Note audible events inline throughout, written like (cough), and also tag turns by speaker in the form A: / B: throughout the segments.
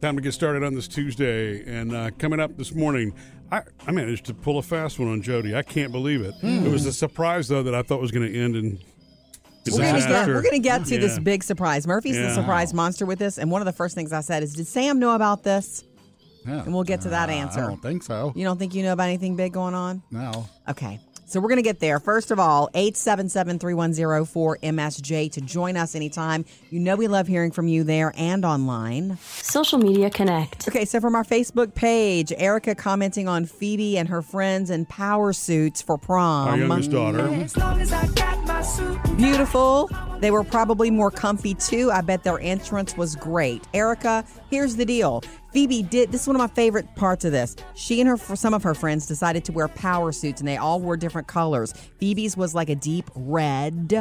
A: Time to get started on this Tuesday. And uh, coming up this morning, I, I managed to pull a fast one on Jody. I can't believe it.
B: Hmm.
A: It was a surprise, though, that I thought was going to end in
B: We're gonna, get,
A: disaster.
B: we're gonna get to this
A: Yeah.
B: big surprise. Murphy's
A: Yeah.
B: the surprise monster with this, and one of the first things I said is, "Did Sam know about this?"
C: Yeah.
B: And we'll get to that
C: Uh,
B: answer.
C: I don't think so.
B: You don't think you know about anything big going on?
C: No.
B: Okay. So we're going to get there. First of all, 877-310-4MSJ to join us anytime. You know we love hearing from you there and online.
D: Social Media Connect.
B: Okay, so from our Facebook page, Erica commenting on Phoebe and her friends in power suits for prom.
A: Our youngest daughter.
E: As long as I got my suit.
B: Beautiful. They were probably more comfy too. I bet their entrance was great. Erica, here's the deal. Phoebe did this is one of my favorite parts of this. She and her some of her friends decided to wear power suits and they all wore different colors. Phoebe's was like a deep red.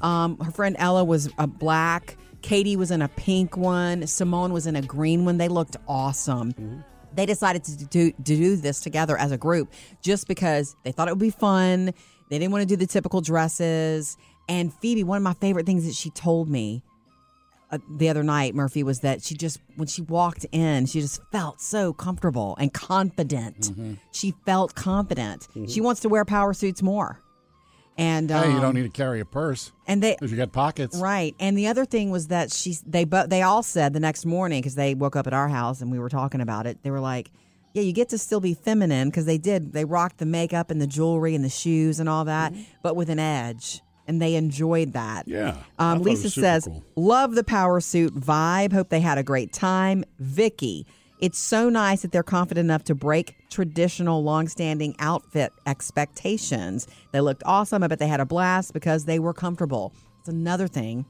B: Um, her friend Ella was a black. Katie was in a pink one. Simone was in a green one. They looked awesome they decided to do, to do this together as a group just because they thought it would be fun. They didn't want to do the typical dresses. And Phoebe, one of my favorite things that she told me uh, the other night, Murphy, was that she just, when she walked in, she just felt so comfortable and confident.
C: Mm-hmm.
B: She felt confident. She wants to wear power suits more. And, um,
C: hey, you don't e- need to carry a purse
B: and they,
C: because you got pockets.
B: Right. And the other thing was that she they bo- they all said the next morning because they woke up at our house and we were talking about it. They were like, "Yeah, you get to still be feminine because they did. They rocked the makeup and the jewelry and the shoes and all that, but with an edge." And they enjoyed that.
A: Yeah. I thought it
B: Um,
A: was
B: Lisa
A: super
B: says,
A: cool.
B: Love the power suit vibe. Hope they had a great time. Vicky, it's so nice that they're confident enough to break traditional longstanding outfit expectations. They looked awesome. I bet they had a blast because they were comfortable. It's another thing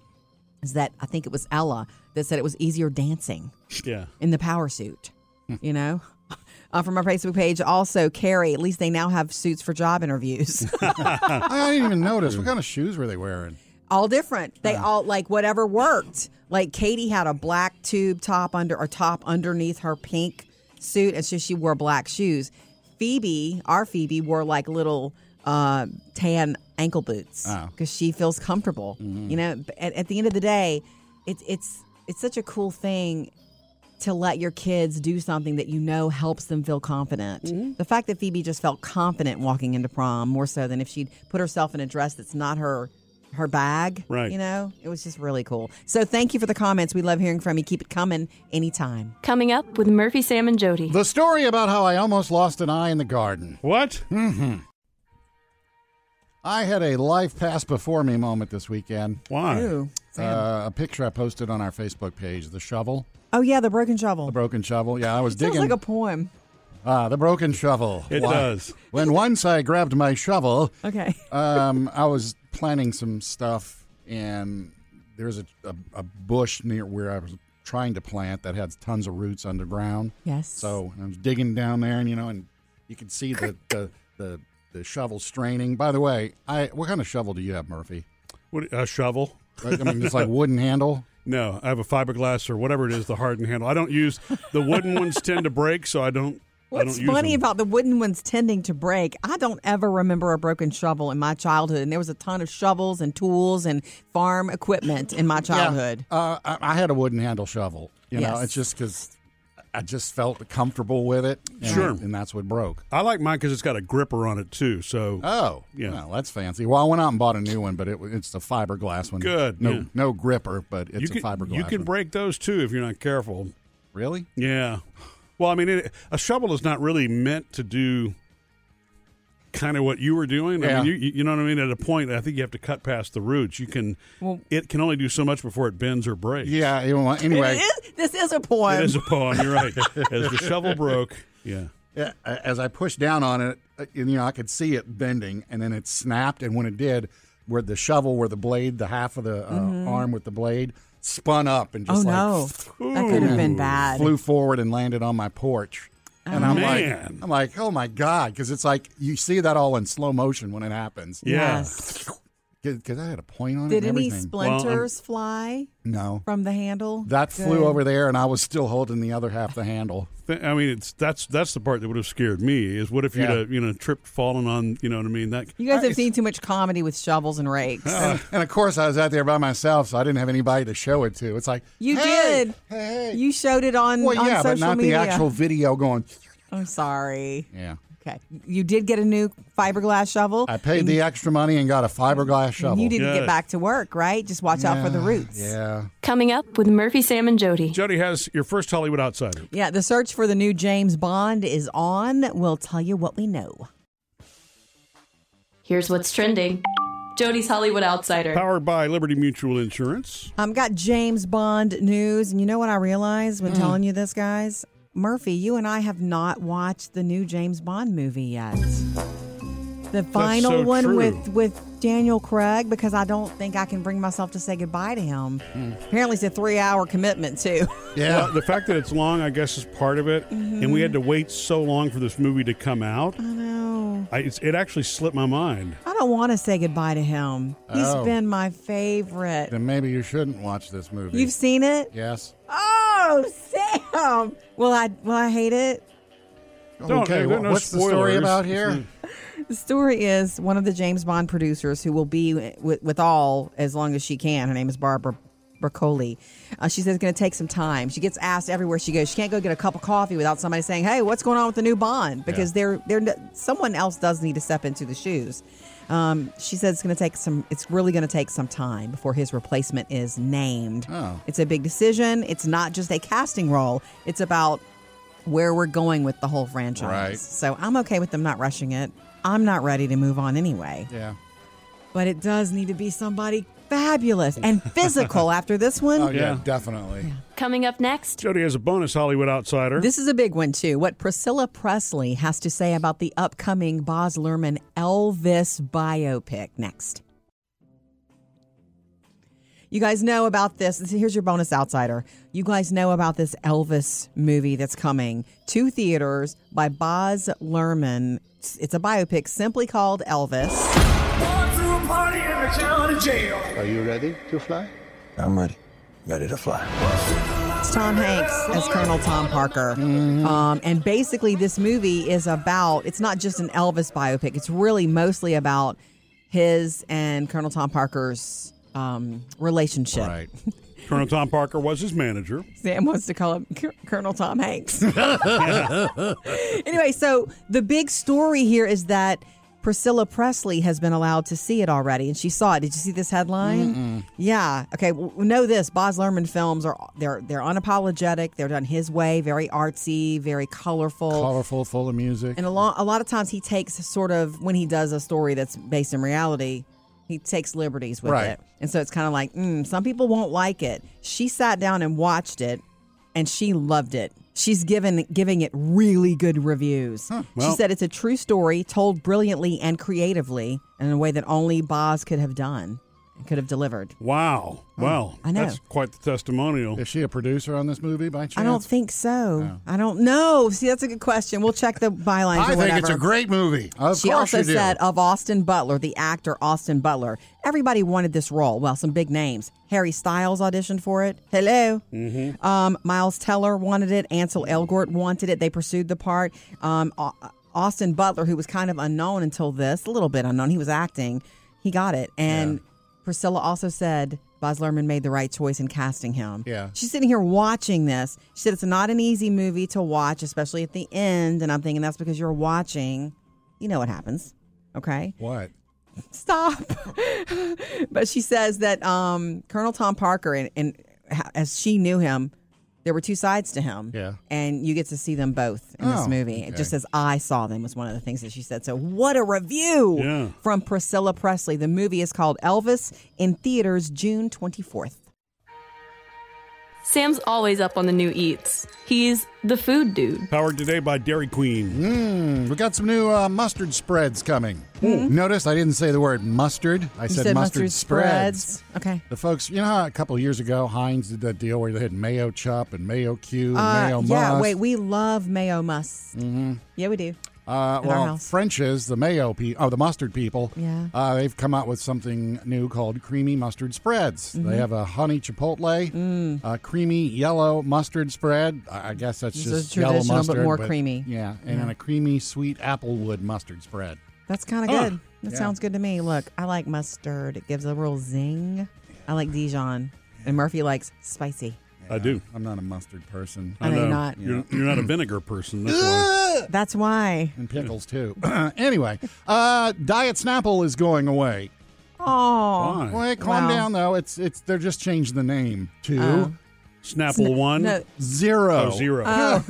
B: is that I think it was Ella that said it was easier dancing
A: Yeah.
B: in the power suit,
A: Hmm.
B: you know? (laughs) Uh, from our Facebook page, also Carrie. At least they now have suits for
A: (laughs)
B: job interviews.
C: I didn't even notice. What kind of shoes were they wearing?
B: all different. They all like whatever worked. Like Katie had a black tube top under or top underneath her pink suit, and so she wore black shoes. Phoebe, our Phoebe, wore like little uh, tan ankle boots because she feels comfortable. You know, B- at, at the end of the day, it's it's it's such a cool thing to let your kids do something that you know helps them feel confident.
C: Mm-hmm.
B: The fact that Phoebe just felt confident walking into prom more so than if she'd put herself in a dress that's not her her bag.
A: Right.
B: You know, it was just really cool. So thank you for the comments. We love hearing from you. Keep it coming anytime.
D: Coming up with Murphy, Sam, and Jody.
C: The story about how I almost lost an eye in the garden.
A: What?
B: Hmm.
C: I had a life pass before me moment this weekend.
A: Why?
B: Ooh. Sam.
C: Uh, a picture I posted on our Facebook page, the shovel,
B: oh yeah, the broken shovel.
C: the broken shovel. Yeah, I was
B: Sounds
C: digging.
B: like a poem.
C: ah, the broken shovel.
A: It
C: Why-
A: does.
C: When once I grabbed my shovel, (laughs)
B: Okay.
C: um, I was planting some stuff, and there was a, a, a bush near where I was trying to plant that had tons of roots underground.
B: Yes.
C: So I was digging down there, and you know, and you could see the the, the the shovel straining. By the way, I what kind of shovel do you have, Murphy?
A: What? A shovel?
C: Like, I mean, it's like wooden handle.
A: No, I have a fiberglass or whatever it is, the hardened handle. I don't use the wooden ones tend to break, so I don't. I
B: What's
A: don't use
B: funny
A: them.
B: about the wooden ones tending to break, I don't ever remember a broken shovel in my childhood. And there was a ton of shovels and tools and farm equipment in my childhood.
C: Yeah, uh, I, I had a wooden handle shovel. You know,
B: Yes.
C: it's just because I just felt comfortable with it. and-
A: Sure.
C: and that's what broke.
A: I like mine because it's got a gripper on it too. So
C: Oh,
A: Yeah.
C: yeah, that's fancy. Well, I went out and bought a new one, but it, it's the fiberglass one.
A: Good,
C: No,
A: yeah.
C: no gripper, but it's
A: you
C: a
A: can
C: fiberglass.
A: you can
C: one.
A: break those too if you're not careful.
C: really?
A: Yeah. Well, I mean, it, a shovel is not really meant to do kind of what you were doing. I
C: Yeah.
A: mean, you, you know what I mean? At a point, I think you have to cut past the roots. You can, it can only do so much before it bends or breaks.
C: Yeah. you know, anyway,
B: It is- this is a poem.
C: (laughs)
A: It is a poem. You're right. As the shovel broke. Yeah.
C: yeah, a- as I pushed down on it, uh, you know, I could see it bending, and then it snapped. And when it did, where the shovel, where the blade, the half of the uh, arm with the blade, spun up and just
B: oh
C: like
B: no, that could have been bad.
C: flew forward and landed on my porch. And I'm
A: Man.
C: like, oh, I'm like, oh my god, because it's like you see that all in slow motion when it happens.
A: Yeah.
B: Yes.
C: because I had a point on
B: Did
C: it. and
B: any
C: everything. um,
B: splinters fly
C: No,
B: from the handle?
C: that
B: Good.
C: flew over there, and I was still holding the other half the handle.
A: Th- I mean, it's that's that's the part that would have scared me is what if you'd
C: Yeah.
A: have, you know tripped, fallen on, you know what I mean? That
B: You guys have seen too much comedy with shovels and rakes.
C: And of course, I was out there by myself, so I didn't have anybody to show it to. It's like
B: You
C: "Hey,
B: did.
C: Hey,
B: You showed it on,
C: well,
B: on
C: yeah,
B: social
C: but not
B: media.
C: the actual video going.
B: I'm sorry.
C: Yeah,
B: Okay. You did get a new fiberglass shovel.
C: I paid the extra money and got a fiberglass shovel.
B: You didn't
A: Good.
B: get back to work, right? Just watch out for the roots.
C: Yeah,
D: Coming up with Murphy, Sam, and Jody.
A: Jody has your first Hollywood outsider.
B: Yeah, the search for the new James Bond is on. We'll tell you what we know.
D: Here's what's trending Jody's Hollywood Outsider.
A: Powered by Liberty Mutual Insurance.
B: I've Um, got James Bond news, and you know what I realized when telling you this, guys? Murphy, you and I have not watched the new James Bond movie yet. The final
A: so
B: one
A: true.
B: with with Daniel Craig because I don't think I can bring myself to say goodbye to him. Apparently, it's a three hour commitment too.
C: yeah.
A: The fact that it's long, I guess, is part of it. And we had to wait so long for this movie to come out.
B: I know.
A: I, it's, it actually slipped my mind.
B: I don't want to say goodbye to him. He's
C: Oh.
B: been my favorite.
C: then maybe you shouldn't watch this movie.
B: You've seen it?
C: yes.
B: Oh, Sam! Will I will I hate it?
A: Don't-
C: Oh, okay,
A: there
C: wha-
A: are no
C: what's the story
A: spoilers.
C: about here?
B: The story is one of the James Bond producers who will be with, with all as long as she can. Her name is Barbara Broccoli. Uh, she says it's going to take some time. She gets asked everywhere she goes. She can't go get a cup of coffee without somebody saying, "Hey, what's going on with the new Bond?" Because they're they're someone else does need to step into the shoes. Um, she says it's going to take some. It's really going to take some time before his replacement is named.
C: Oh.
B: It's a big decision. It's not just a casting role. It's about where we're going with the whole franchise.
C: Right.
B: So I'm okay with them not rushing it. I'm not ready to move on anyway.
C: yeah.
B: But it does need to be somebody fabulous and
C: (laughs)
B: physical after this one.
C: Oh yeah,
A: Yeah.
C: definitely.
D: Coming up next,
A: Jody has a bonus Hollywood outsider.
B: This is a big one, too. What Priscilla Presley has to say about the upcoming Boz Luhrmann Elvis biopic. Next. You guys know about this. Here's your bonus outsider. You guys know about this Elvis movie that's coming to theaters by Boz Luhrmann. It's, it's a biopic simply called Elvis.
E: Going to a party in the county jail.
F: Are you ready to fly?
G: I'm ready. Ready to fly.
B: It's Tom Hanks as Colonel Tom Parker. Um, and basically, this movie is about it's not just an Elvis biopic, it's really mostly about his and Colonel Tom Parker's um, relationship.
C: Right.
A: Colonel Tom Parker was his manager.
B: Sam wants to call him Col- Colonel Tom Hanks. (laughs) anyway, so the big story here is that Priscilla Presley has been allowed to see it already, and she saw it. Did you see this headline? Yeah. Okay. Well, we know this: Boz Luhrmann films are they're they're unapologetic. They're done his way, very artsy, very colorful.
C: Colorful, full of music.
B: And a lot, a lot of times he takes sort of when he does a story that's based in reality, he takes liberties with
C: Right.
B: it, and so it's kind of like mm, some people won't like it. She sat down and watched it, and she loved it. She's given giving it really good reviews.
A: well.
B: she said it's a true story told brilliantly and creatively in a way that only Boz could have done, could have delivered.
A: Wow. Wow.
B: Oh, I know.
A: That's quite the testimonial.
C: Is she a producer on this movie by chance? Oh.
B: I don't think so. I don't know. See, that's a good question. We'll check the bylines.
C: I
B: or
C: think it's
B: whatever.
C: a great movie. Of
B: she
C: course
B: also
C: you do.
B: said uh, of Austin Butler, the actor Austin Butler. Everybody wanted this role. Well, some big names. Harry Styles auditioned for it. Hello. Mm-hmm. Um, Miles Teller wanted it. Ansel Elgort wanted it. They pursued the part. Um, Au- Austin Butler, who was kind of unknown until this, a little bit unknown, he was acting. He got it. And Priscilla also said Buzz Luhrmann made the right choice in casting him.
C: Yeah.
B: She's sitting here watching this. She said it's not an easy movie to watch, especially at the end. And I'm thinking that's because you're watching you know what happens. Okay.
C: what?
B: Stop. (laughs) but she says that um, Colonel Tom Parker, and, and ha- as she knew him, there were two sides to him.
C: Yeah.
B: And you get to see them both in this
C: Oh,
B: movie. It
C: okay.
B: just says, I saw them, was one of the things that she said. So, what a review
A: Yeah.
B: from Priscilla Presley. The movie is called Elvis in theaters June 24th.
D: Sam's always up on the new eats. He's the food dude.
A: Powered today by Dairy Queen.
C: Mm, we got some new uh, mustard spreads coming. Notice I didn't say the word mustard. I
B: Hmm? You
C: said, mustard, spreads.
B: Okay.
C: The folks, you know, how a couple years ago, Heinz did that deal where they had mayo chop and mayo Q and
B: Uh,
C: mayo
B: yeah,
C: must.
B: wait, we love mayo must. Mm-hmm. Yeah, we do.
C: Uh,
B: At our
C: well,
B: house.
C: French's, the mayo people, oh, the mustard people,
B: Yeah.
C: uh, they've come out with something new called creamy mustard spreads.
B: Mm-hmm.
C: They have a honey chipotle,
B: Mm.
C: uh, creamy yellow mustard spread. I I guess that's
B: This is
C: just yellow
B: traditional, but
C: mustard,
B: more creamy.
C: Yeah, and then a creamy sweet applewood mustard spread.
B: That's kind of good. That sounds good to me. Look, I like mustard. It gives a real zing. I like Dijon. And Murphy likes spicy.
A: I do.
C: I'm not a mustard person,
B: I know you're not.
A: You're, you're not a vinegar person. That's why.
B: That's why.
C: (laughs) and pickles too. (clears throat) anyway, uh, Diet Snapple is going away.
B: Oh.
A: Why?
C: Wait,
B: Wow.
C: calm
B: Oh.
C: down though. It's it's they're just changed the name to
A: Snapple one.
B: No,
A: Oh,
C: zero.
A: zero.
C: Uh,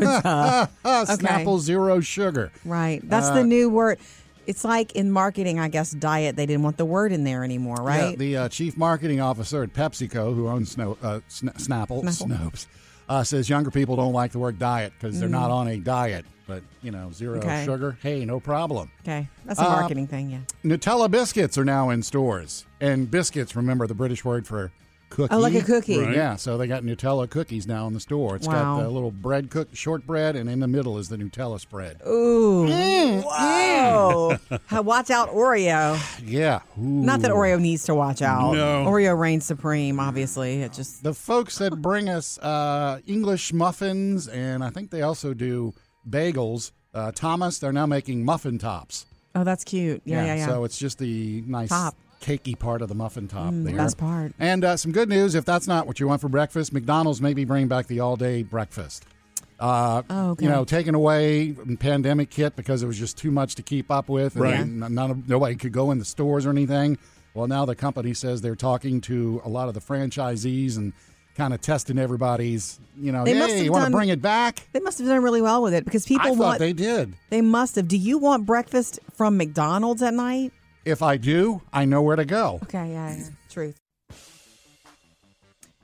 B: Okay.
C: Snapple zero sugar.
B: right. That's the new word. It's like in marketing, I guess, diet, they didn't want the word in there anymore,
C: Yeah,
B: right?
C: the uh, chief marketing officer at PepsiCo, who owns Sno- uh, Sna- Snapple,
B: Snapple.
C: Snopes, uh, says younger people don't like the word diet because they're not on a diet. But you know, zero
B: Mm-hmm. Okay.
C: sugar. Hey, no problem.
B: okay. That's a
C: Uh,
B: marketing thing, yeah.
C: Nutella biscuits are now in stores, and biscuits. Remember the British word for cookie.
B: Oh, like a cookie.
A: Right.
C: Yeah, so they got Nutella cookies now in the store. It's
B: Wow.
C: got the little bread cook, shortbread, and in the middle is the Nutella spread.
B: Ooh. Mm, Wow. watch out, Oreo.
C: Yeah. Ooh.
B: Not that Oreo needs to watch out.
A: No.
B: Oreo reigns supreme, obviously. It just.
C: The folks that bring us uh, English muffins, and I think they also do bagels. Uh, Thomas, they're now making muffin tops.
B: Oh, that's cute. Yeah, yeah, yeah.
C: So it's just the nice
B: Top. Mm,
C: cakey part of the muffin top there.
B: best part.
C: And uh, some good news if that's not what you want for breakfast, McDonald's may be bringing back the all day breakfast. Uh,
B: Oh, okay.
C: You know, taken away mm, pandemic kit because it was just too much to keep up with.
A: Right.
C: And n- none of, nobody could go in the stores or anything. Well, now the company says they're talking to a lot of the franchisees and kind of testing everybody's, you know,
B: They must
C: hey,
B: have
C: you want to
B: done-
C: bring it back?
B: They must have done really well with it because people
C: I thought
B: want.
C: they did.
B: They must have. Do you want breakfast from McDonald's at night?
C: If I do, I know where to go.
B: Okay, yeah, yeah. (laughs) Truth.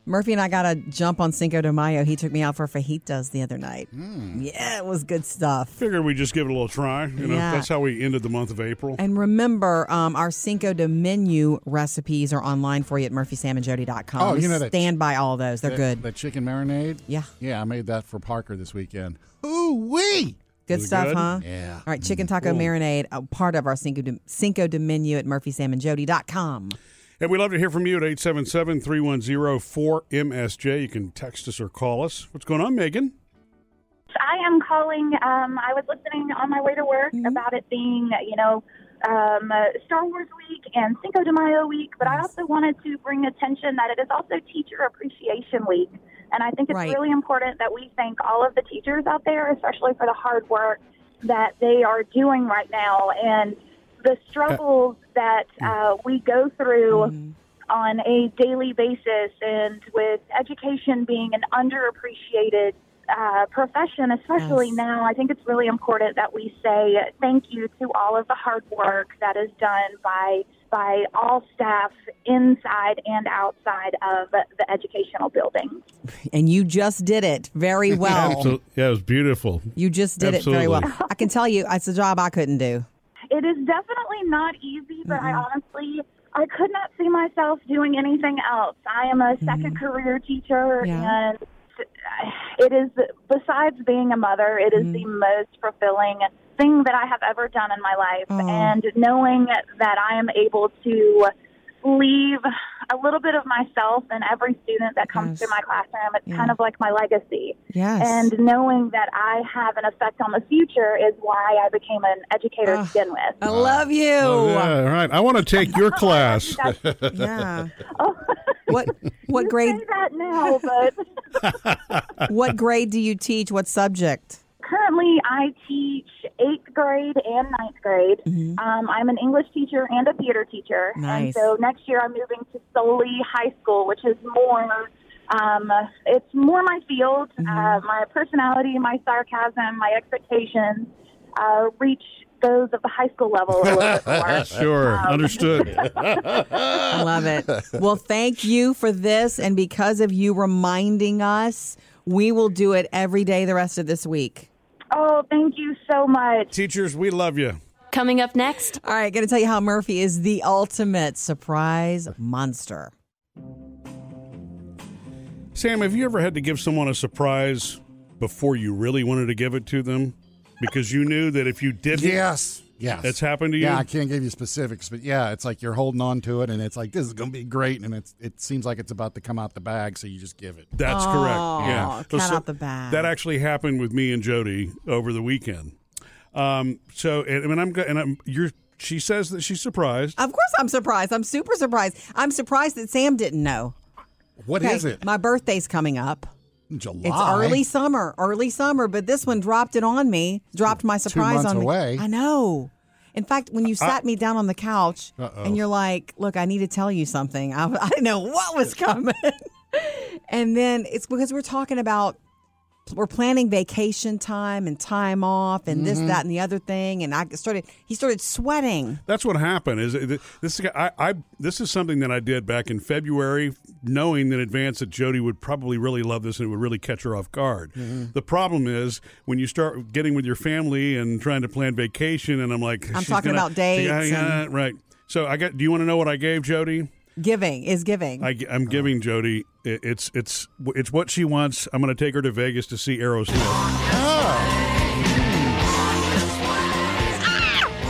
B: Murphy and I got a jump on Cinco de Mayo. He took me out for fajitas the other night.
C: Hmm.
B: Yeah, it was good stuff.
A: Figured we just give it a little try. You know,
B: Yeah.
A: that's how we ended the month of April.
B: And remember, um, our Cinco de Menu recipes are online for you at murphysamandjody.com.
C: Oh,
B: We
C: you know that-
B: stand by all those. They're
C: The-
B: good.
C: The chicken marinade?
B: Yeah.
C: Yeah, I made that for Parker this weekend. Ooh, wee!
B: Good
A: Was it
B: stuff,
A: good?
B: huh?
C: Yeah. Mm.
B: All right, chicken taco marinade, a part of our Cinco de, Cinco de Menu at murphysamandjody.com.
A: And we'd love to hear from you at 877 310 4MSJ. You can text us or call us. What's going on, Megan?
F: I am calling. Um, I was listening on my way to work about it being, you know, um, uh, Star Wars Week and Cinco de Mayo Week, but I also wanted to bring attention that it is also Teacher Appreciation Week. And I think it's
B: Right.
F: really important that we thank all of the teachers out there, especially for the hard work that they are doing right now and the struggles that uh, we go through on a daily basis, and with education being an underappreciated uh, profession, especially
B: Yes.
F: now, I think it's really important that we say thank you to all of the hard work that is done by by all staff inside and outside of the educational building.
B: And you just did it very well.
A: Absolutely. Yeah, it was beautiful.
B: You just did it very well. I can tell you, it's a job I couldn't do.
F: It is definitely not easy, but I
B: Mm-hmm.
F: honestly I could not see myself doing anything else. I am a 2nd career teacher
B: Mm-hmm. Yeah.
F: and it is besides being a mother, it is the
B: Mm-hmm.
F: most fulfilling thing that I have ever done in my life
B: Aw.
F: and knowing that I am able to leave a little bit of myself in every student that comes
B: Yes.
F: through my classroom. It's
B: Yeah.
F: kind of like my legacy.
B: Yes.
F: And knowing that I have an effect on the future is why I became an educator to begin with.
B: I love you.
A: all right. I want to take (laughs) your class.
B: yeah. What what grade
F: say that now,
B: (laughs)
F: but
B: what grade do you teach? What subject?
F: currently I teach eighth grade and ninth grade. Um, I'm an English teacher and a theater teacher.
B: Mm-hmm. Nice.
F: And so next year I'm moving to solely high school, which is more. Um, it's more my field,
B: Mm-hmm.
F: uh, my personality, my sarcasm, my expectations uh, reach those of the high school level a little bit
B: (laughs)
F: more.
A: Sure. Understood. (laughs)
B: I love it. Well, thank you for this and because of you reminding us, we will do it every day the rest of this week.
F: Oh, thank you so much.
A: Teachers, we love you.
D: Coming up next,
B: All right, going to tell you how Murphy is the ultimate surprise monster.
A: Sam, have you ever had to give someone a surprise before you really wanted to give it to them? because you knew that if you didn't,
C: Yes. Yes.
A: That's happened to you?
C: Yeah, I can't give you specifics, but yeah, it's like you're holding on to it and it's like this is going to be great and it's it seems like it's about to come out the bag, so you just give it.
A: That's correct. Yeah,
B: Oh, cat out the bag.
A: That actually happened with me and Jody over the weekend. Um, so and, and I'm go- and I'm you're. She says that she's surprised.
B: Of course, I'm surprised. I'm super surprised. I'm surprised that Sam didn't know.
C: What is
B: Okay,
C: it?
B: My birthday's coming up.
C: July.
B: It's early summer, early summer, but this one dropped it on me, dropped my surprise
C: months
B: on me.
C: away. Uh,
B: I know. In fact, when you sat me down on the couch and you're like, look, I need to tell you something, I, (laughs) I didn't know what was coming. (laughs) and then it's because we're talking about, we're planning vacation time and time off and this,
C: Mm-hmm.
B: that, and the other thing. And I started, he started sweating.
A: That's what happened. Is it- this? is- I, I this is something that I did back in February, knowing in advance that Jody would probably really love this and it would really catch her off guard.
B: Mm-hmm.
A: The problem is when you start getting with your family and trying to plan vacation, and I'm like,
B: I'm
A: she's
B: talking
A: gonna-
B: about dates
A: Yeah, yeah,
B: and-
A: right. So I got. Do you want to know what I gave Jody?
B: Giving is giving.
A: I, am giving Jody. i- It's it's it's what she wants. I'm going to take her to Vegas to see Aerosmith.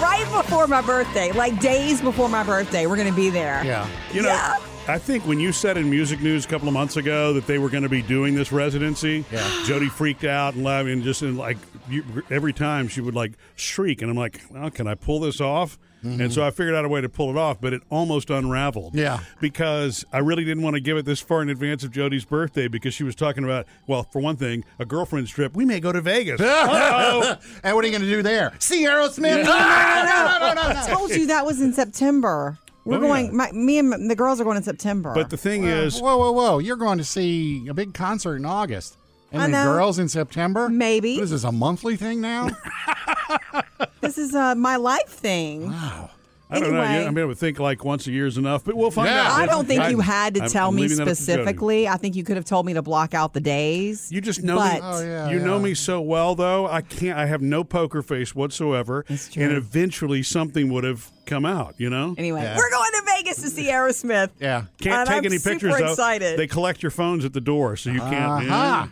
B: right before my birthday, like days before my birthday, we're going to be there.
C: Yeah.
A: You know,
B: Yeah.
A: I think when you said in music news a couple of months ago that they were going to be doing this residency, Jody freaked out and laughed and just and like you, every time she would like shriek, and I'm like, well, can I pull this off? And so I figured out a way to pull it off, but it almost unraveled.
C: Mm-hmm. Yeah.
A: because I really didn't want to give it this far in advance of Jody's birthday because she was talking about, well, for one thing, a girlfriend's trip. We may go to
C: (laughs)
A: Vegas. Uh-oh.
C: And what are you going to do there? See Aerosmith? No, no, no, no, no, no,
B: I
C: no.
B: told you that was in September. We're
A: Oh,
B: going.
A: yeah.
B: My, me and m- the girls are going in September.
A: But the thing (laughs) is,
C: Whoa, whoa, whoa. You're going to see a big concert in August. And
B: I
C: then
B: know.
C: girls in September?
B: Maybe.
C: What is this, a monthly
B: (laughs)
C: thing now?
B: this is uh, my life thing.
C: wow.
A: I don't know.
B: anyway-
A: Yeah, I mean, I would think like once a year is enough, but we'll find
C: Yeah.
A: out.
B: I don't think
A: I'm-
B: you had to
A: I'm-
B: tell
A: I'm
B: me
A: leaving that up to Jody.
B: specifically. I think you could have told me to block out the days.
A: You just know me.
B: But-
C: Oh, yeah,
A: you know
C: yeah.
A: me so well, though. I can't. I have no poker face whatsoever.
B: It's true.
A: And eventually, something would have come out. You know.
B: anyway,
C: Yeah.
B: we're going to Vegas
A: (laughs)
B: to see Aerosmith.
C: Yeah.
A: Can't
B: And
A: take
B: I'm
A: any
B: super
A: pictures. though.
B: excited.
A: They collect your phones at the door, so you can't. you know?
C: Aha.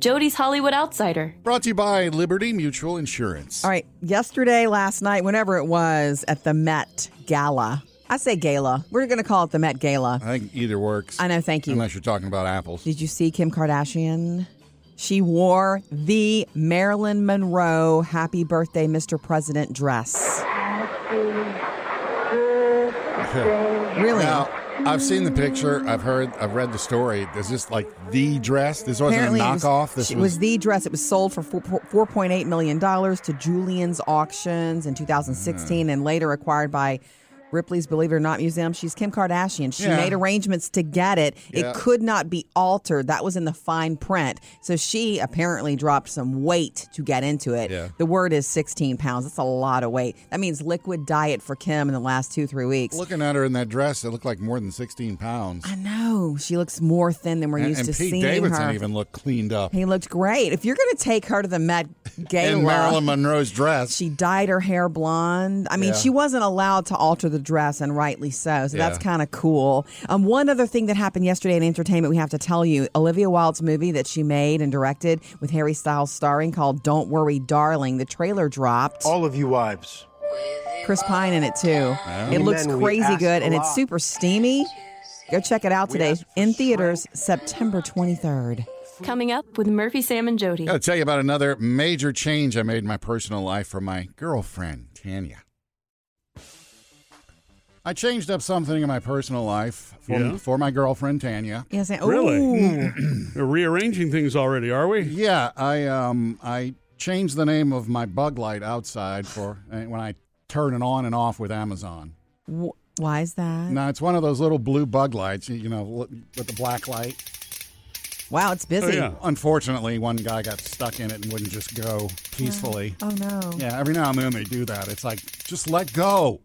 D: Jody's Hollywood Outsider.
C: Brought to you by Liberty Mutual Insurance.
B: All right. Yesterday, last night, whenever it was at the Met Gala. I say gala. We're going to call it the Met Gala.
C: I think either works.
B: I know. Thank you.
C: Unless you're talking about apples.
B: Did you see Kim Kardashian? She wore the Marilyn Monroe Happy Birthday, Mr. President dress. Really?
C: Now, I've seen the picture. I've heard. I've read the story. Is this like the dress? This wasn't
B: Apparently,
C: a
B: it was-
C: knockoff. this
B: she- it was, the dress. It was sold for four point eight million dollars to Julian's Auctions in 2016,
C: Hmm.
B: and later acquired by Ripley's Believe It or Not Museum. She's Kim Kardashian. She
C: Yeah.
B: made arrangements to get it.
C: Yeah.
B: It could not be altered. That was in the fine print. So she apparently dropped some weight to get into it.
C: Yeah.
B: The word is 16 pounds. That's a lot of weight. That means liquid diet for Kim in the last two three weeks.
C: Looking at her in that dress, it looked like more than 16 pounds.
B: I know she looks more thin than we're
C: and
B: used
C: and
B: to
C: Pete
B: seeing
C: Davidson
B: her.
C: even looked cleaned up.
B: He looked great. If you're going to take her to
H: (laughs)
B: the Met Gala,
C: In Marilyn Monroe's dress.
B: she dyed her hair blonde. I mean,
C: Yeah.
B: she wasn't allowed to alter the dress, and rightly so. So that's
C: Yeah.
B: kind of cool. Um, one other thing that happened yesterday in entertainment, we have to tell you Olivia Wilde's movie that she made and directed with Harry Styles starring called Don't Worry, Darling. The trailer dropped.
H: All of you wives.
B: Chris Pine in it, too. It looks
H: Amen. We
B: crazy
H: ask
B: good, and
H: a
B: it's
H: lot.
B: super steamy. Go check it out
H: We
B: today
H: ask for
B: in theaters September 23rd.
D: Coming up with Murphy, Sam, and Jody.
C: Got to tell you about another major change I made in my personal life for my girlfriend, Tanya. I changed up something in my personal life for,
A: Yeah?
C: for my girlfriend, Tanya.
B: Yes, and-
A: Really?
B: Ooh.
A: (clears throat) We're rearranging things already, are we?
C: Yeah, I um I changed the name of my bug light outside for uh, when I turn it on and off with Amazon.
B: Wh- Why is that?
C: Now it's one of those little blue bug lights, you know, with the black light.
B: Wow, it's busy.
A: Oh, yeah.
C: Unfortunately, one guy got stuck in it and wouldn't just go peacefully.
B: Oh, no.
C: Yeah, every now and then they do that. It's like just let go.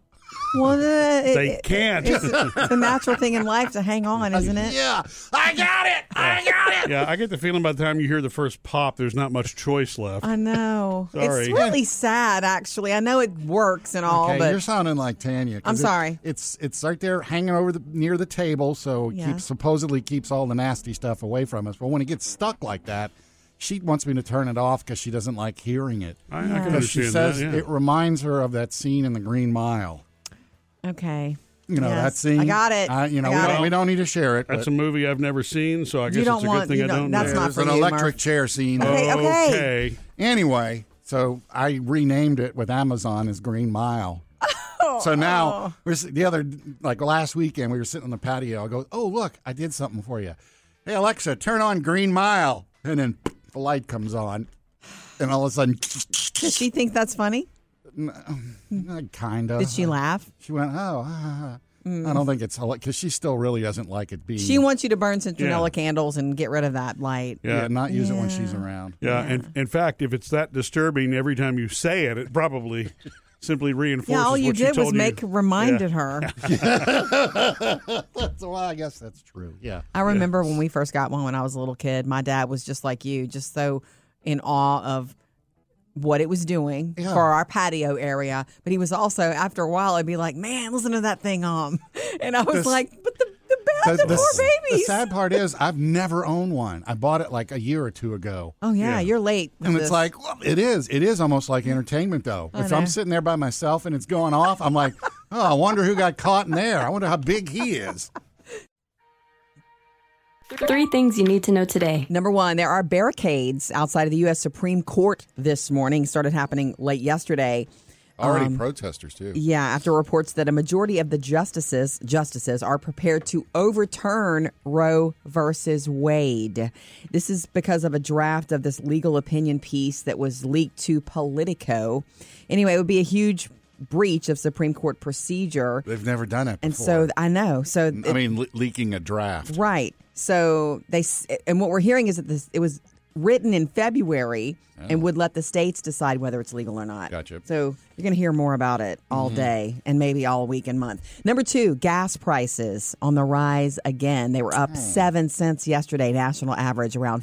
B: Well, the, it-
A: They
B: it-
A: can't.
B: It's the natural thing in life to hang on, isn't it?
C: Yeah, I got it. I got
A: (laughs)
C: it.
A: Yeah, I get the feeling by the time you hear the first pop, there's not much choice left.
B: I know.
A: Sorry.
B: It's really sad, actually. I know it works and all,
C: Okay,
B: but
C: you're sounding like Tanya. 'cause
B: I'm
C: it-
B: sorry.
C: It's it's right there, hanging over the near the table, so it
B: Yeah.
C: keeps supposedly keeps all the nasty stuff away from us. But when it gets stuck like that, she wants me to turn it off because she doesn't like hearing it.
A: I, I can
C: Because she
A: understand
C: says
A: that. Yeah.
C: it reminds her of that scene in The Green Mile.
B: Okay.
C: You know
B: Yes.
C: that scene.
B: I got it.
C: I, you know
B: I
C: we
B: got
C: don't,
B: it.
C: we don't need to share it.
A: That's
C: but
A: a movie I've never seen, so I guess
B: don't
A: it's a
B: want-
A: good thing
B: you
A: I
B: don't-
A: don't
B: that's
A: know.
B: not
C: there's
B: for
C: an
B: you,
C: electric
B: Murph.
C: chair scene.
B: Okay, okay.
A: Okay.
C: Anyway, so I renamed it with Amazon as Green
B: (laughs)
C: Mile. so
B: Oh.
C: now we're s- the other like last weekend we were sitting on the patio. I go, oh look, I did something for you. Hey Alexa, turn on Green Mile, and then the light comes on, and all of a sudden, (laughs)
B: Does she think that's funny?
C: kind of.
B: Did she laugh?
C: She went, oh. ah." I don't think it's because she still really doesn't like it being.
B: She wants you to burn some
A: Yeah.
B: candela candles and get rid of that light.
A: Yeah.
C: yeah, not use it when she's around.
A: Yeah, and in fact, if it's that disturbing every time you say it, it
B: (laughs)
A: probably simply reinforces
B: Yeah, all you
A: what she
B: did was
A: told you.
B: make reminded her.
C: So well, I guess that's true. Yeah.
B: I remember when we first got one when I was a little kid, my dad was just like you, just so in awe of what it was doing
C: Yeah.
B: for our patio area. But he was also, after a while, I'd be like, man, listen to that thing, um. (laughs) And I was
C: This-
B: like, but the, the bad, the, poor
C: the
B: babies.
C: sad part is, I've never owned one. I bought it like a year or two ago.
B: oh, yeah,
A: Yeah.
B: you're late. with
C: And
B: this. Mm.
C: it's like, well, it is. It is almost like entertainment, though.
B: I
C: If I'm
B: know.
C: sitting there by myself and it's going off,
B: (laughs)
C: I'm like, oh, I wonder who got caught in there. I wonder how big he is.
D: Three things you need to know today.
B: Number one, there are barricades outside of the U.S. Supreme Court this morning. Started happening late yesterday.
H: Already
B: Um,
H: protesters too.
B: Yeah, after reports that a majority of the justices justices are prepared to overturn Roe versus Wade. This is because of a draft of this legal opinion piece that was leaked to Politico. Anyway, it would be a huge breach of Supreme Court procedure.
C: They've never done it before.
B: And so I know. So
C: I mean, le- leaking a draft.
B: Right. So they s- and what we're hearing is that this it was written in February and would let the states decide whether it's legal or not.
H: Gotcha.
B: So you're going to hear more about it all day and maybe all week and month. Number 2, gas prices on the rise again. They were up 7 cents yesterday, national average around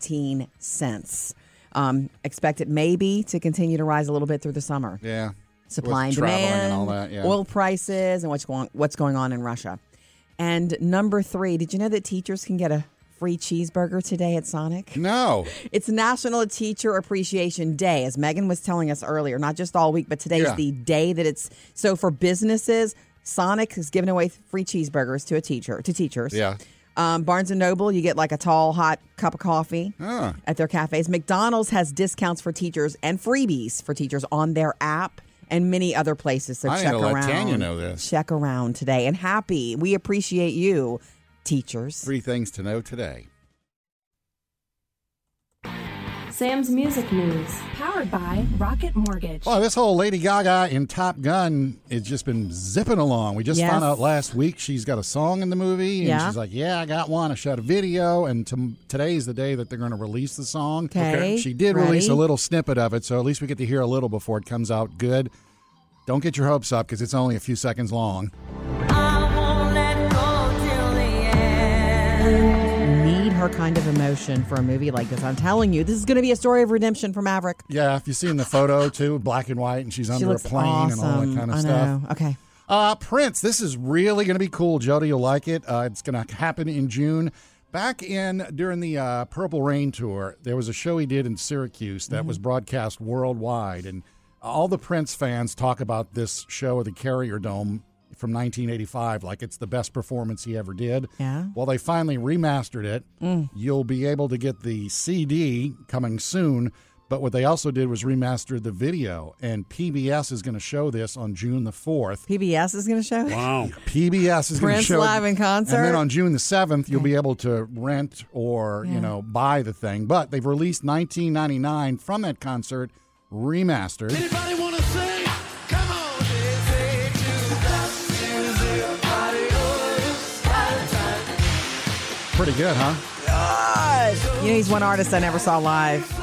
B: $4.19. Um, expected maybe to continue to rise a little bit through the summer
C: Yeah.
B: supply and
C: With traveling
B: demand,
C: and all that. Yeah.
B: oil prices, and what's going what's going on in Russia. And number three, did you know that teachers can get a free cheeseburger today at Sonic? (laughs)
C: no.
B: It's National Teacher Appreciation Day, as Megan was telling us earlier. Not just all week, but today's
C: Yeah.
B: the day that it's so for businesses. Sonic is giving away free cheeseburgers to a teacher to teachers.
H: Yeah.
B: Um, Barnes and Noble, you get like a tall, hot cup of coffee
C: Oh,
B: at their cafes. McDonald's has discounts for teachers and freebies for teachers on their app and many other places. So
C: I need
B: check
C: to
B: around.
C: let Tanya know this.
B: Check around today. And happy, we appreciate you, teachers.
C: Three things to know today.
D: Sam's Music News.
I: Powered by Rocket Mortgage.
C: Well, this whole Lady Gaga in Top Gun has just been zipping along. We just
B: Yes.
C: found out last week she's got a song in the movie, and
B: Yeah.
C: she's like, "Yeah, I got one. I shot a video, and to- today's the day that they're going to release the song."
B: Okay.
C: She did
B: Ready?
C: release a little snippet of it, so at least we get to hear a little before it comes out good. Don't get your hopes up because it's only a few seconds long.
B: Need her kind of emotion for a movie like this. I'm telling you, this is going to be a story of redemption for Maverick.
C: Yeah, if you've seen the photo too, black and white, and she's
B: She
C: under a
B: looks
C: plane
B: awesome.
C: and all that kind of
B: I
C: stuff.
B: know. Okay.
C: Uh, Prince, this is really going to be cool. Jody, you'll like it. Uh, it's going to happen in June. Back in during the uh, Purple Rain tour, there was a show he did in Syracuse that was broadcast worldwide, and all the Prince fans talk about this show at the Carrier Dome from 1985 like it's the best performance he ever did.
B: Yeah.
C: Well, they finally remastered it. You'll be able to get the CD coming soon. But what they also did was remaster the video, and PBS is going to show this on June the 4th.
B: PBS is going to show. it?
A: Wow.
C: PBS is going to
B: Prince
C: show it.
B: live in concert?
C: and then on June the seventh, you'll be able to rent or you
B: Yeah.
C: know buy the thing. But they've released 1999 from that concert remastered.
E: Anybody wanna sing? Come on, Daisy, to the music party.
C: Pretty good, huh?
B: You know, he's one artist I never saw live.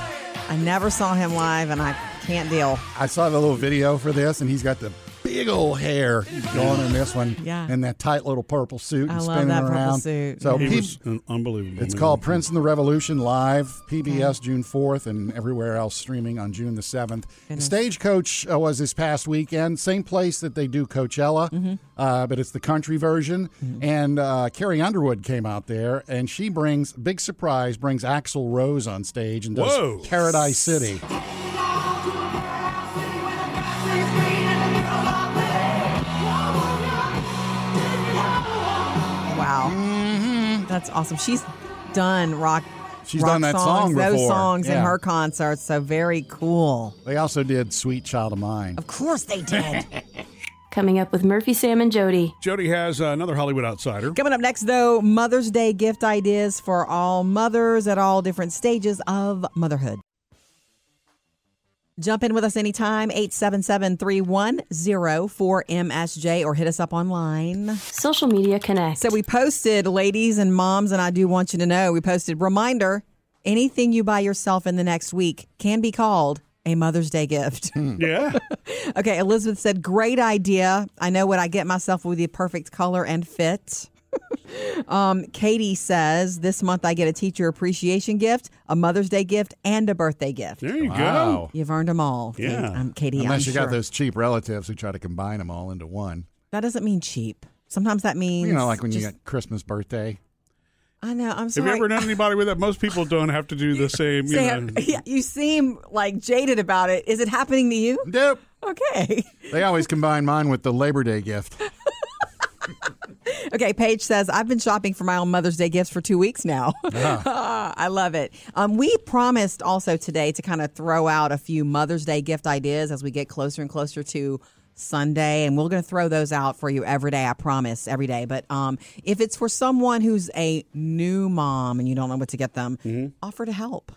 B: I never saw him live, and I can't deal.
C: I saw the little video for this, and he's got the big big old hair going in this one.
B: Yeah.
C: And that tight little purple suit
B: I
C: and
B: love
C: spinning
B: that purple
C: around.
B: suit.
C: So
B: (laughs)
A: He
C: peop-
A: was an unbelievable.
C: it's
A: man.
C: called
B: Mm-hmm.
C: Prince and the Revolution Live, PBS June 4th, and everywhere else streaming on June the 7th. The Stagecoach uh, was this past weekend, same place that they do Coachella,
B: Mm-hmm.
C: uh, but it's the country version. And uh, Carrie Underwood came out there, and she brings, big surprise, brings Axl Rose on stage and does
A: Whoa.
C: Paradise City.
B: Wow. That's awesome. She's done rock.
C: Mm-hmm. She's
B: rock
C: done that
B: songs,
C: song
B: Those
C: before.
B: songs in
C: Yeah.
B: her concerts. So very cool.
C: They also did Sweet Child of Mine.
B: Of course they did.
D: Coming up with Murphy, Sam, and Jody.
A: Jody has uh, another Hollywood outsider.
B: (laughs) Coming up next, though, Mother's Day gift ideas for all mothers at all different stages of motherhood. Jump in with us anytime, 877 310 4MSJ, or hit us up online.
D: Social media connect.
B: So we posted, ladies and moms, and I do want you to know, we posted reminder anything you buy yourself in the next week can be called a Mother's Day gift.
C: Hmm.
A: Yeah.
B: (laughs) okay, Elizabeth said, great idea. I know what I get myself with the perfect color and fit. (laughs) um, Katie says, this month I get a teacher appreciation gift, a Mother's Day gift, and a birthday gift.
A: There you go.
C: Wow.
B: You've earned them all. Kate-
A: Yeah.
B: um, Katie,
C: Unless
B: I'm
C: you
B: sure.
C: got those cheap relatives who try to combine them all into one.
B: That doesn't mean cheap. Sometimes that means
C: You know, like when
B: just-
C: you got Christmas birthday.
B: I know. I'm
A: Have
B: sorry.
A: you ever known anybody with that? Most people don't have to do the same. You
B: Sam,
A: know.
B: (laughs) yeah, you seem like jaded about it. Is it happening to you? (laughs)
C: Nope.
B: Okay.
C: They always combine mine with the Labor Day
B: (laughs)
C: gift.
B: Okay, Paige says, I've been shopping for my own Mother's Day gifts for two weeks now.
A: Uh-huh.
B: (laughs) I love it. Um, we promised also today to kind of throw out a few Mother's Day gift ideas as we get closer and closer to Sunday, and we're going to throw those out for you every day, I promise, every day. But um, if it's for someone who's a new mom and you don't know what to get them,
A: Mm-hmm.
B: offer to help.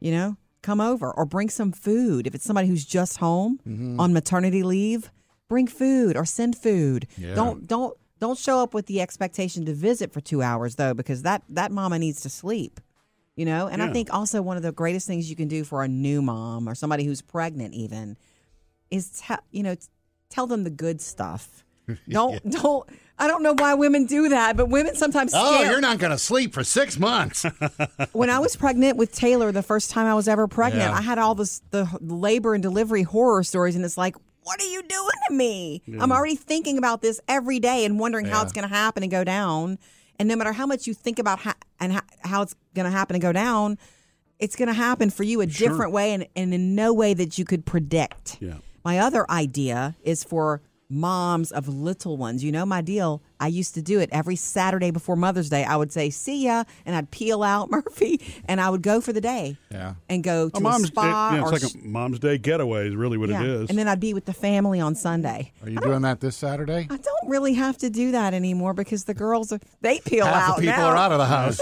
B: you know come over or bring some food if it's somebody who's just home
C: Mm-hmm.
B: on maternity leave bring food or send food don't don't don't show up with the expectation to visit for two hours though because that that mama needs to sleep you know and i
A: Yeah.
B: think also one of the greatest things you can do for a new mom or somebody who's pregnant even is tell you know t- tell them the good
C: (laughs)
B: stuff don't don't i don't know why women do that but women sometimes
C: Oh,
B: scare-
C: you're not going to sleep for
B: (laughs)
C: six months.
B: when I was pregnant with Taylor, the first time I was ever pregnant,
C: Yeah.
B: I had all this the labor and delivery horror stories, and it's like, what are you doing to me? I'm already thinking about this every day and wondering how it's going to happen and go down. And no matter how much you think about how, and how, how it's going to happen and go down, it's going to happen for you a different way and, and in no way that you could predict.
A: Yeah.
B: My other idea is for moms of little ones. You know my deal. I used to do it every Saturday before Mother's Day. I would say, "See ya," and I'd peel out (laughs) Murphy, and I would go for the day.
C: Yeah.
B: And go to
A: A
B: a,
A: mom's eh,
B: spa
A: yeah,
B: or
A: it's like a mom's day getaway is really what
B: yeah.
A: it is.
B: And then I'd be with the family on Sunday.
C: Are you doing that this Saturday?
B: I don't really have to do that anymore because the girls are they peel
C: Half
B: out
C: the people
B: now.
C: are
B: (laughs)
C: out of the house.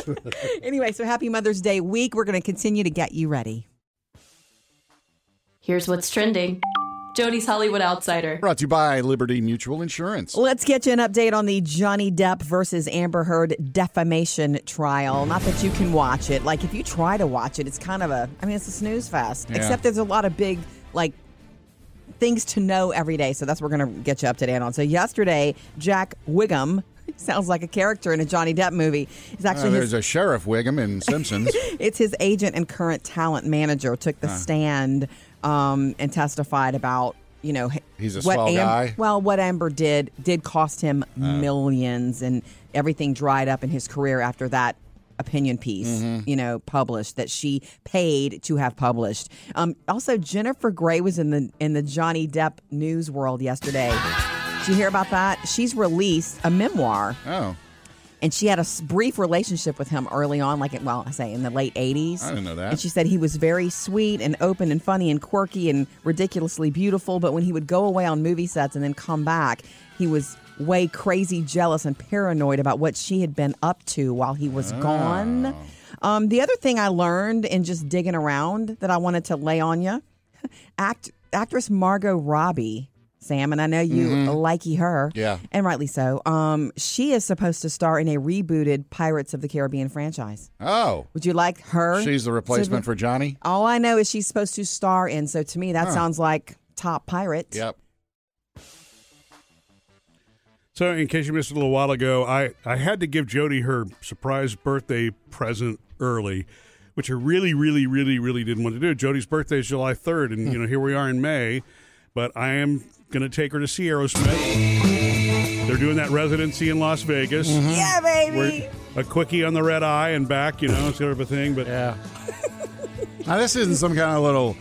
B: Anyway, so happy Mother's Day week. We're going to continue to get you ready.
D: Here's what's trending Jody's Hollywood Outsider.
C: Brought to you by Liberty Mutual Insurance.
B: Let's get you an update on the Johnny Depp versus Amber Heard defamation trial. Not that you can watch it. Like, if you try to watch it, it's kind of a, I mean, it's a snooze fest.
C: Yeah.
B: Except there's a lot of big, like, things to know every day. So that's what we're going to get you up to date on. So yesterday, Jack Wiggum (laughs) sounds like a character in a Johnny Depp movie. It's
C: Uh,
B: actually his
C: there's a Sheriff Wiggum
B: (laughs)
C: in Simpsons.
B: it's his agent and current talent manager took the stand um, and testified about you know h-
C: He's a
B: what
C: swell guy. Oh.
B: Well, what Amber did did cost him millions, and everything dried up in his career after that opinion piece
C: Mm-hmm.
B: you know published that she paid to have published um also jennifer gray was in the in the johnny depp news world yesterday did you hear about that she's released a memoir
C: oh,
B: and she had a s- brief relationship with him early on, like well, I say in the late '80s.
C: I didn't know that.
B: And she said he was very sweet and open and funny and quirky and ridiculously beautiful. But when he would go away on movie sets and then come back, he was way crazy, jealous, and paranoid about what she had been up to while he was
C: Oh.
B: gone. Um, the other thing I learned in just digging around that I wanted to lay on you, (laughs) act actress Margot Robbie. Sam, and I know you likey her.
C: Mm-hmm. Yeah.
B: And rightly so. Um, she is supposed to star in a rebooted Pirates of the Caribbean franchise.
C: oh,
B: Would you like her?
C: she's the replacement
B: to-
C: for Johnny.
B: All I know is she's supposed to star in. So to me, that sounds like top pirate.
C: Yep.
A: So, in case you missed it a little while ago, I, I had to give Jody her surprise birthday present early, which I really, really, really, really didn't want to do. Jody's birthday is July 3rd, and, you know, here we are in May, but I am going to take her to see Aerosmith. They're doing that residency in Las Vegas.
B: Yeah, baby.
A: We're- a quickie on the red eye and back, you know, sort of a thing. But
C: Yeah. now this isn't some kind of little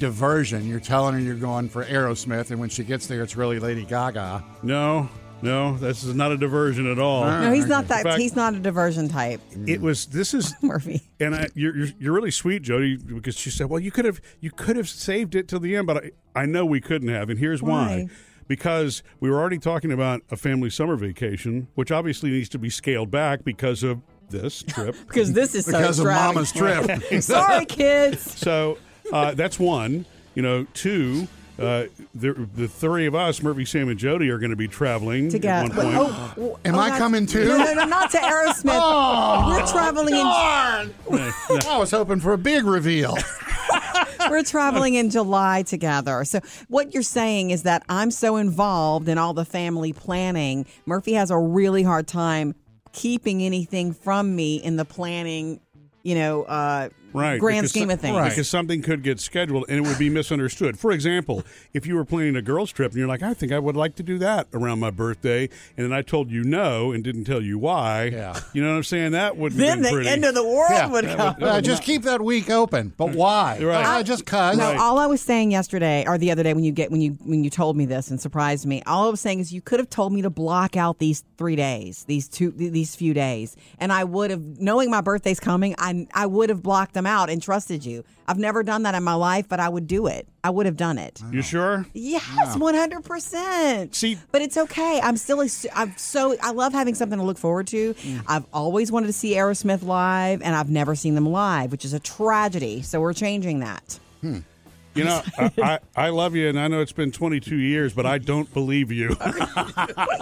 C: diversion. You're telling her you're going for Aerosmith, and when she gets there, it's really Lady Gaga.
A: no, no, this is not a diversion at all.
B: no, he's not
A: In
B: that.
A: fact-
B: he's not a diversion type, (laughs)
A: It was. This is
B: Murphy.
A: and I, you're, you're you're really sweet, Jody, because she said, "Well, you could have you could have saved it till the end, but I, I know we couldn't have, and here's why."
B: Why?
A: Because we were already talking about a family summer vacation, which obviously needs to be scaled back because of this
B: (laughs)
A: trip.
B: Because this is so
C: Because of
B: extravagant. (laughs)
C: Mama's trip.
B: Sorry,
C: (laughs)
B: kids.
A: So uh, that's one. You know, two. Uh, the, the three of us, Murphy, Sam, and Jody, are going to be traveling
B: To
A: at
B: get.
A: one
B: but-
A: point.
B: oh, oh,
C: Am
B: oh,
C: I
B: not-
C: coming too?
B: No,
C: Oh,
B: no, no, not
A: (laughs)
B: to
C: (laughs)
B: Aerosmith.
A: Oh,
B: we're traveling in.
C: Darn! (laughs) I was hoping for a big
B: (laughs)
C: reveal.
B: We're traveling in July together. So what you're saying is that I'm so involved in all the family planning. Murphy has a really hard time keeping anything from me in the planning. You know, uh,
A: right
B: grand
A: because
B: scheme
A: so-
B: of things.
A: because something could get scheduled and it would be misunderstood for example if you were planning a girls trip and you're like i think i would like to do that around my birthday and then i told you no and didn't tell you why
C: Yeah.
A: you know what i'm saying that would
B: Then the end of the world
C: Yeah.
B: would come.
C: Uh, just keep that week open. But why?
A: Mm. Right.
C: Uh, just cause.
B: No,
A: Right.
B: all I was saying yesterday or the other day when you get when you when you told me this and surprised me, all I was saying is you could have told me to block out these three days, these two th- these few days, and I would have knowing my birthday's coming, I I would have blocked them out and trusted you. I've never done that in my life, but I would do it. I would have done it.
A: you sure
B: Yes, one hundred percent.
A: See-
B: but it's okay. I'm still. ex- I'm so. I love having something to look forward to.
A: Mm.
B: I've always wanted to see Aerosmith live, and I've never seen them live, which is a tragedy. So we're changing that.
A: you know I, I, I love you and i know it's been 22 years but i don't believe
B: (laughs)
A: you
C: (laughs)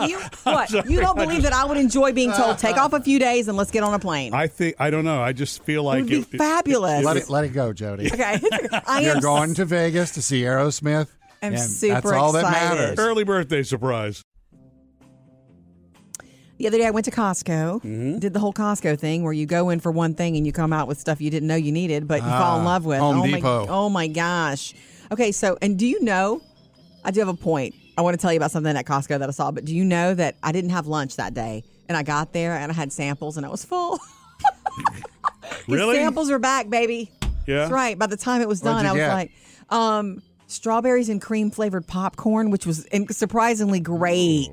B: You what? You don't believe that I would enjoy being
C: Uh-huh.
B: told take off a few days and let's get on a plane?
A: i think i don't know i just feel like
B: would be
A: it- it-
B: fabulous.
A: it-
C: Let it, let it go, Jody.
B: (laughs)
C: (laughs)
B: okay, I
C: You're
B: am
C: going to Vegas to see Aerosmith.
B: I'm
C: and That's
B: super
C: all that
B: excited.
C: matters.
A: early birthday surprise
B: The other day I went to Costco,
C: Mm-hmm.
B: did the whole Costco thing where you go in for one thing and you come out with stuff you didn't know you needed, but you fall in love with.
C: Ah, Home
B: oh
C: Depot.
B: My, oh my gosh. Okay, so and do you know? I do have a point. I want to tell you about something at Costco that I saw, but do you know that I didn't have lunch that day and I got there and I had samples and I was full. (laughs) 'Cause
A: really
B: Samples are back, baby.
A: yeah
B: That's right. By the time it was done,
C: What'd you
B: I was
C: get?
B: like, um, strawberries and cream flavored popcorn, which was in- surprisingly great.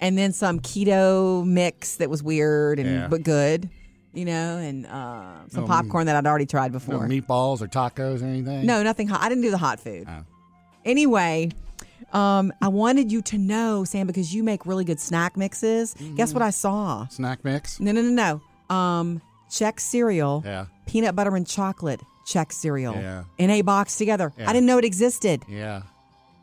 B: And then some keto mix that was weird and
C: Yeah.
B: but good, you know, and uh, some popcorn that I'd already tried
C: No
B: before.
C: meatballs or tacos or anything?
B: No, nothing hot. I didn't do the hot food.
C: Oh.
B: Anyway, um, I wanted you to know, Sam, because you make really good snack mixes.
C: Mm-hmm.
B: Guess what I saw?
C: Snack mix?
B: No, no, no, no. Um, Chex cereal,
C: Yeah.
B: peanut butter and chocolate Chex cereal
C: Yeah.
B: in a box together.
C: Yeah.
B: I didn't know it existed.
C: Yeah.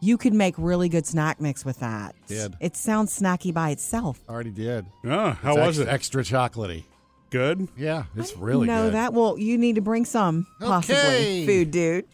B: You could make really good snack mix with that.
C: Did.
B: It sounds snacky by itself.
C: Already did.
A: oh, how
C: It's
A: was
C: ex-
A: it
C: Extra chocolatey.
A: good
C: Yeah, it's really
B: No,
C: good.
B: that well, you need to bring some possibly
C: Okay.
B: food, dude.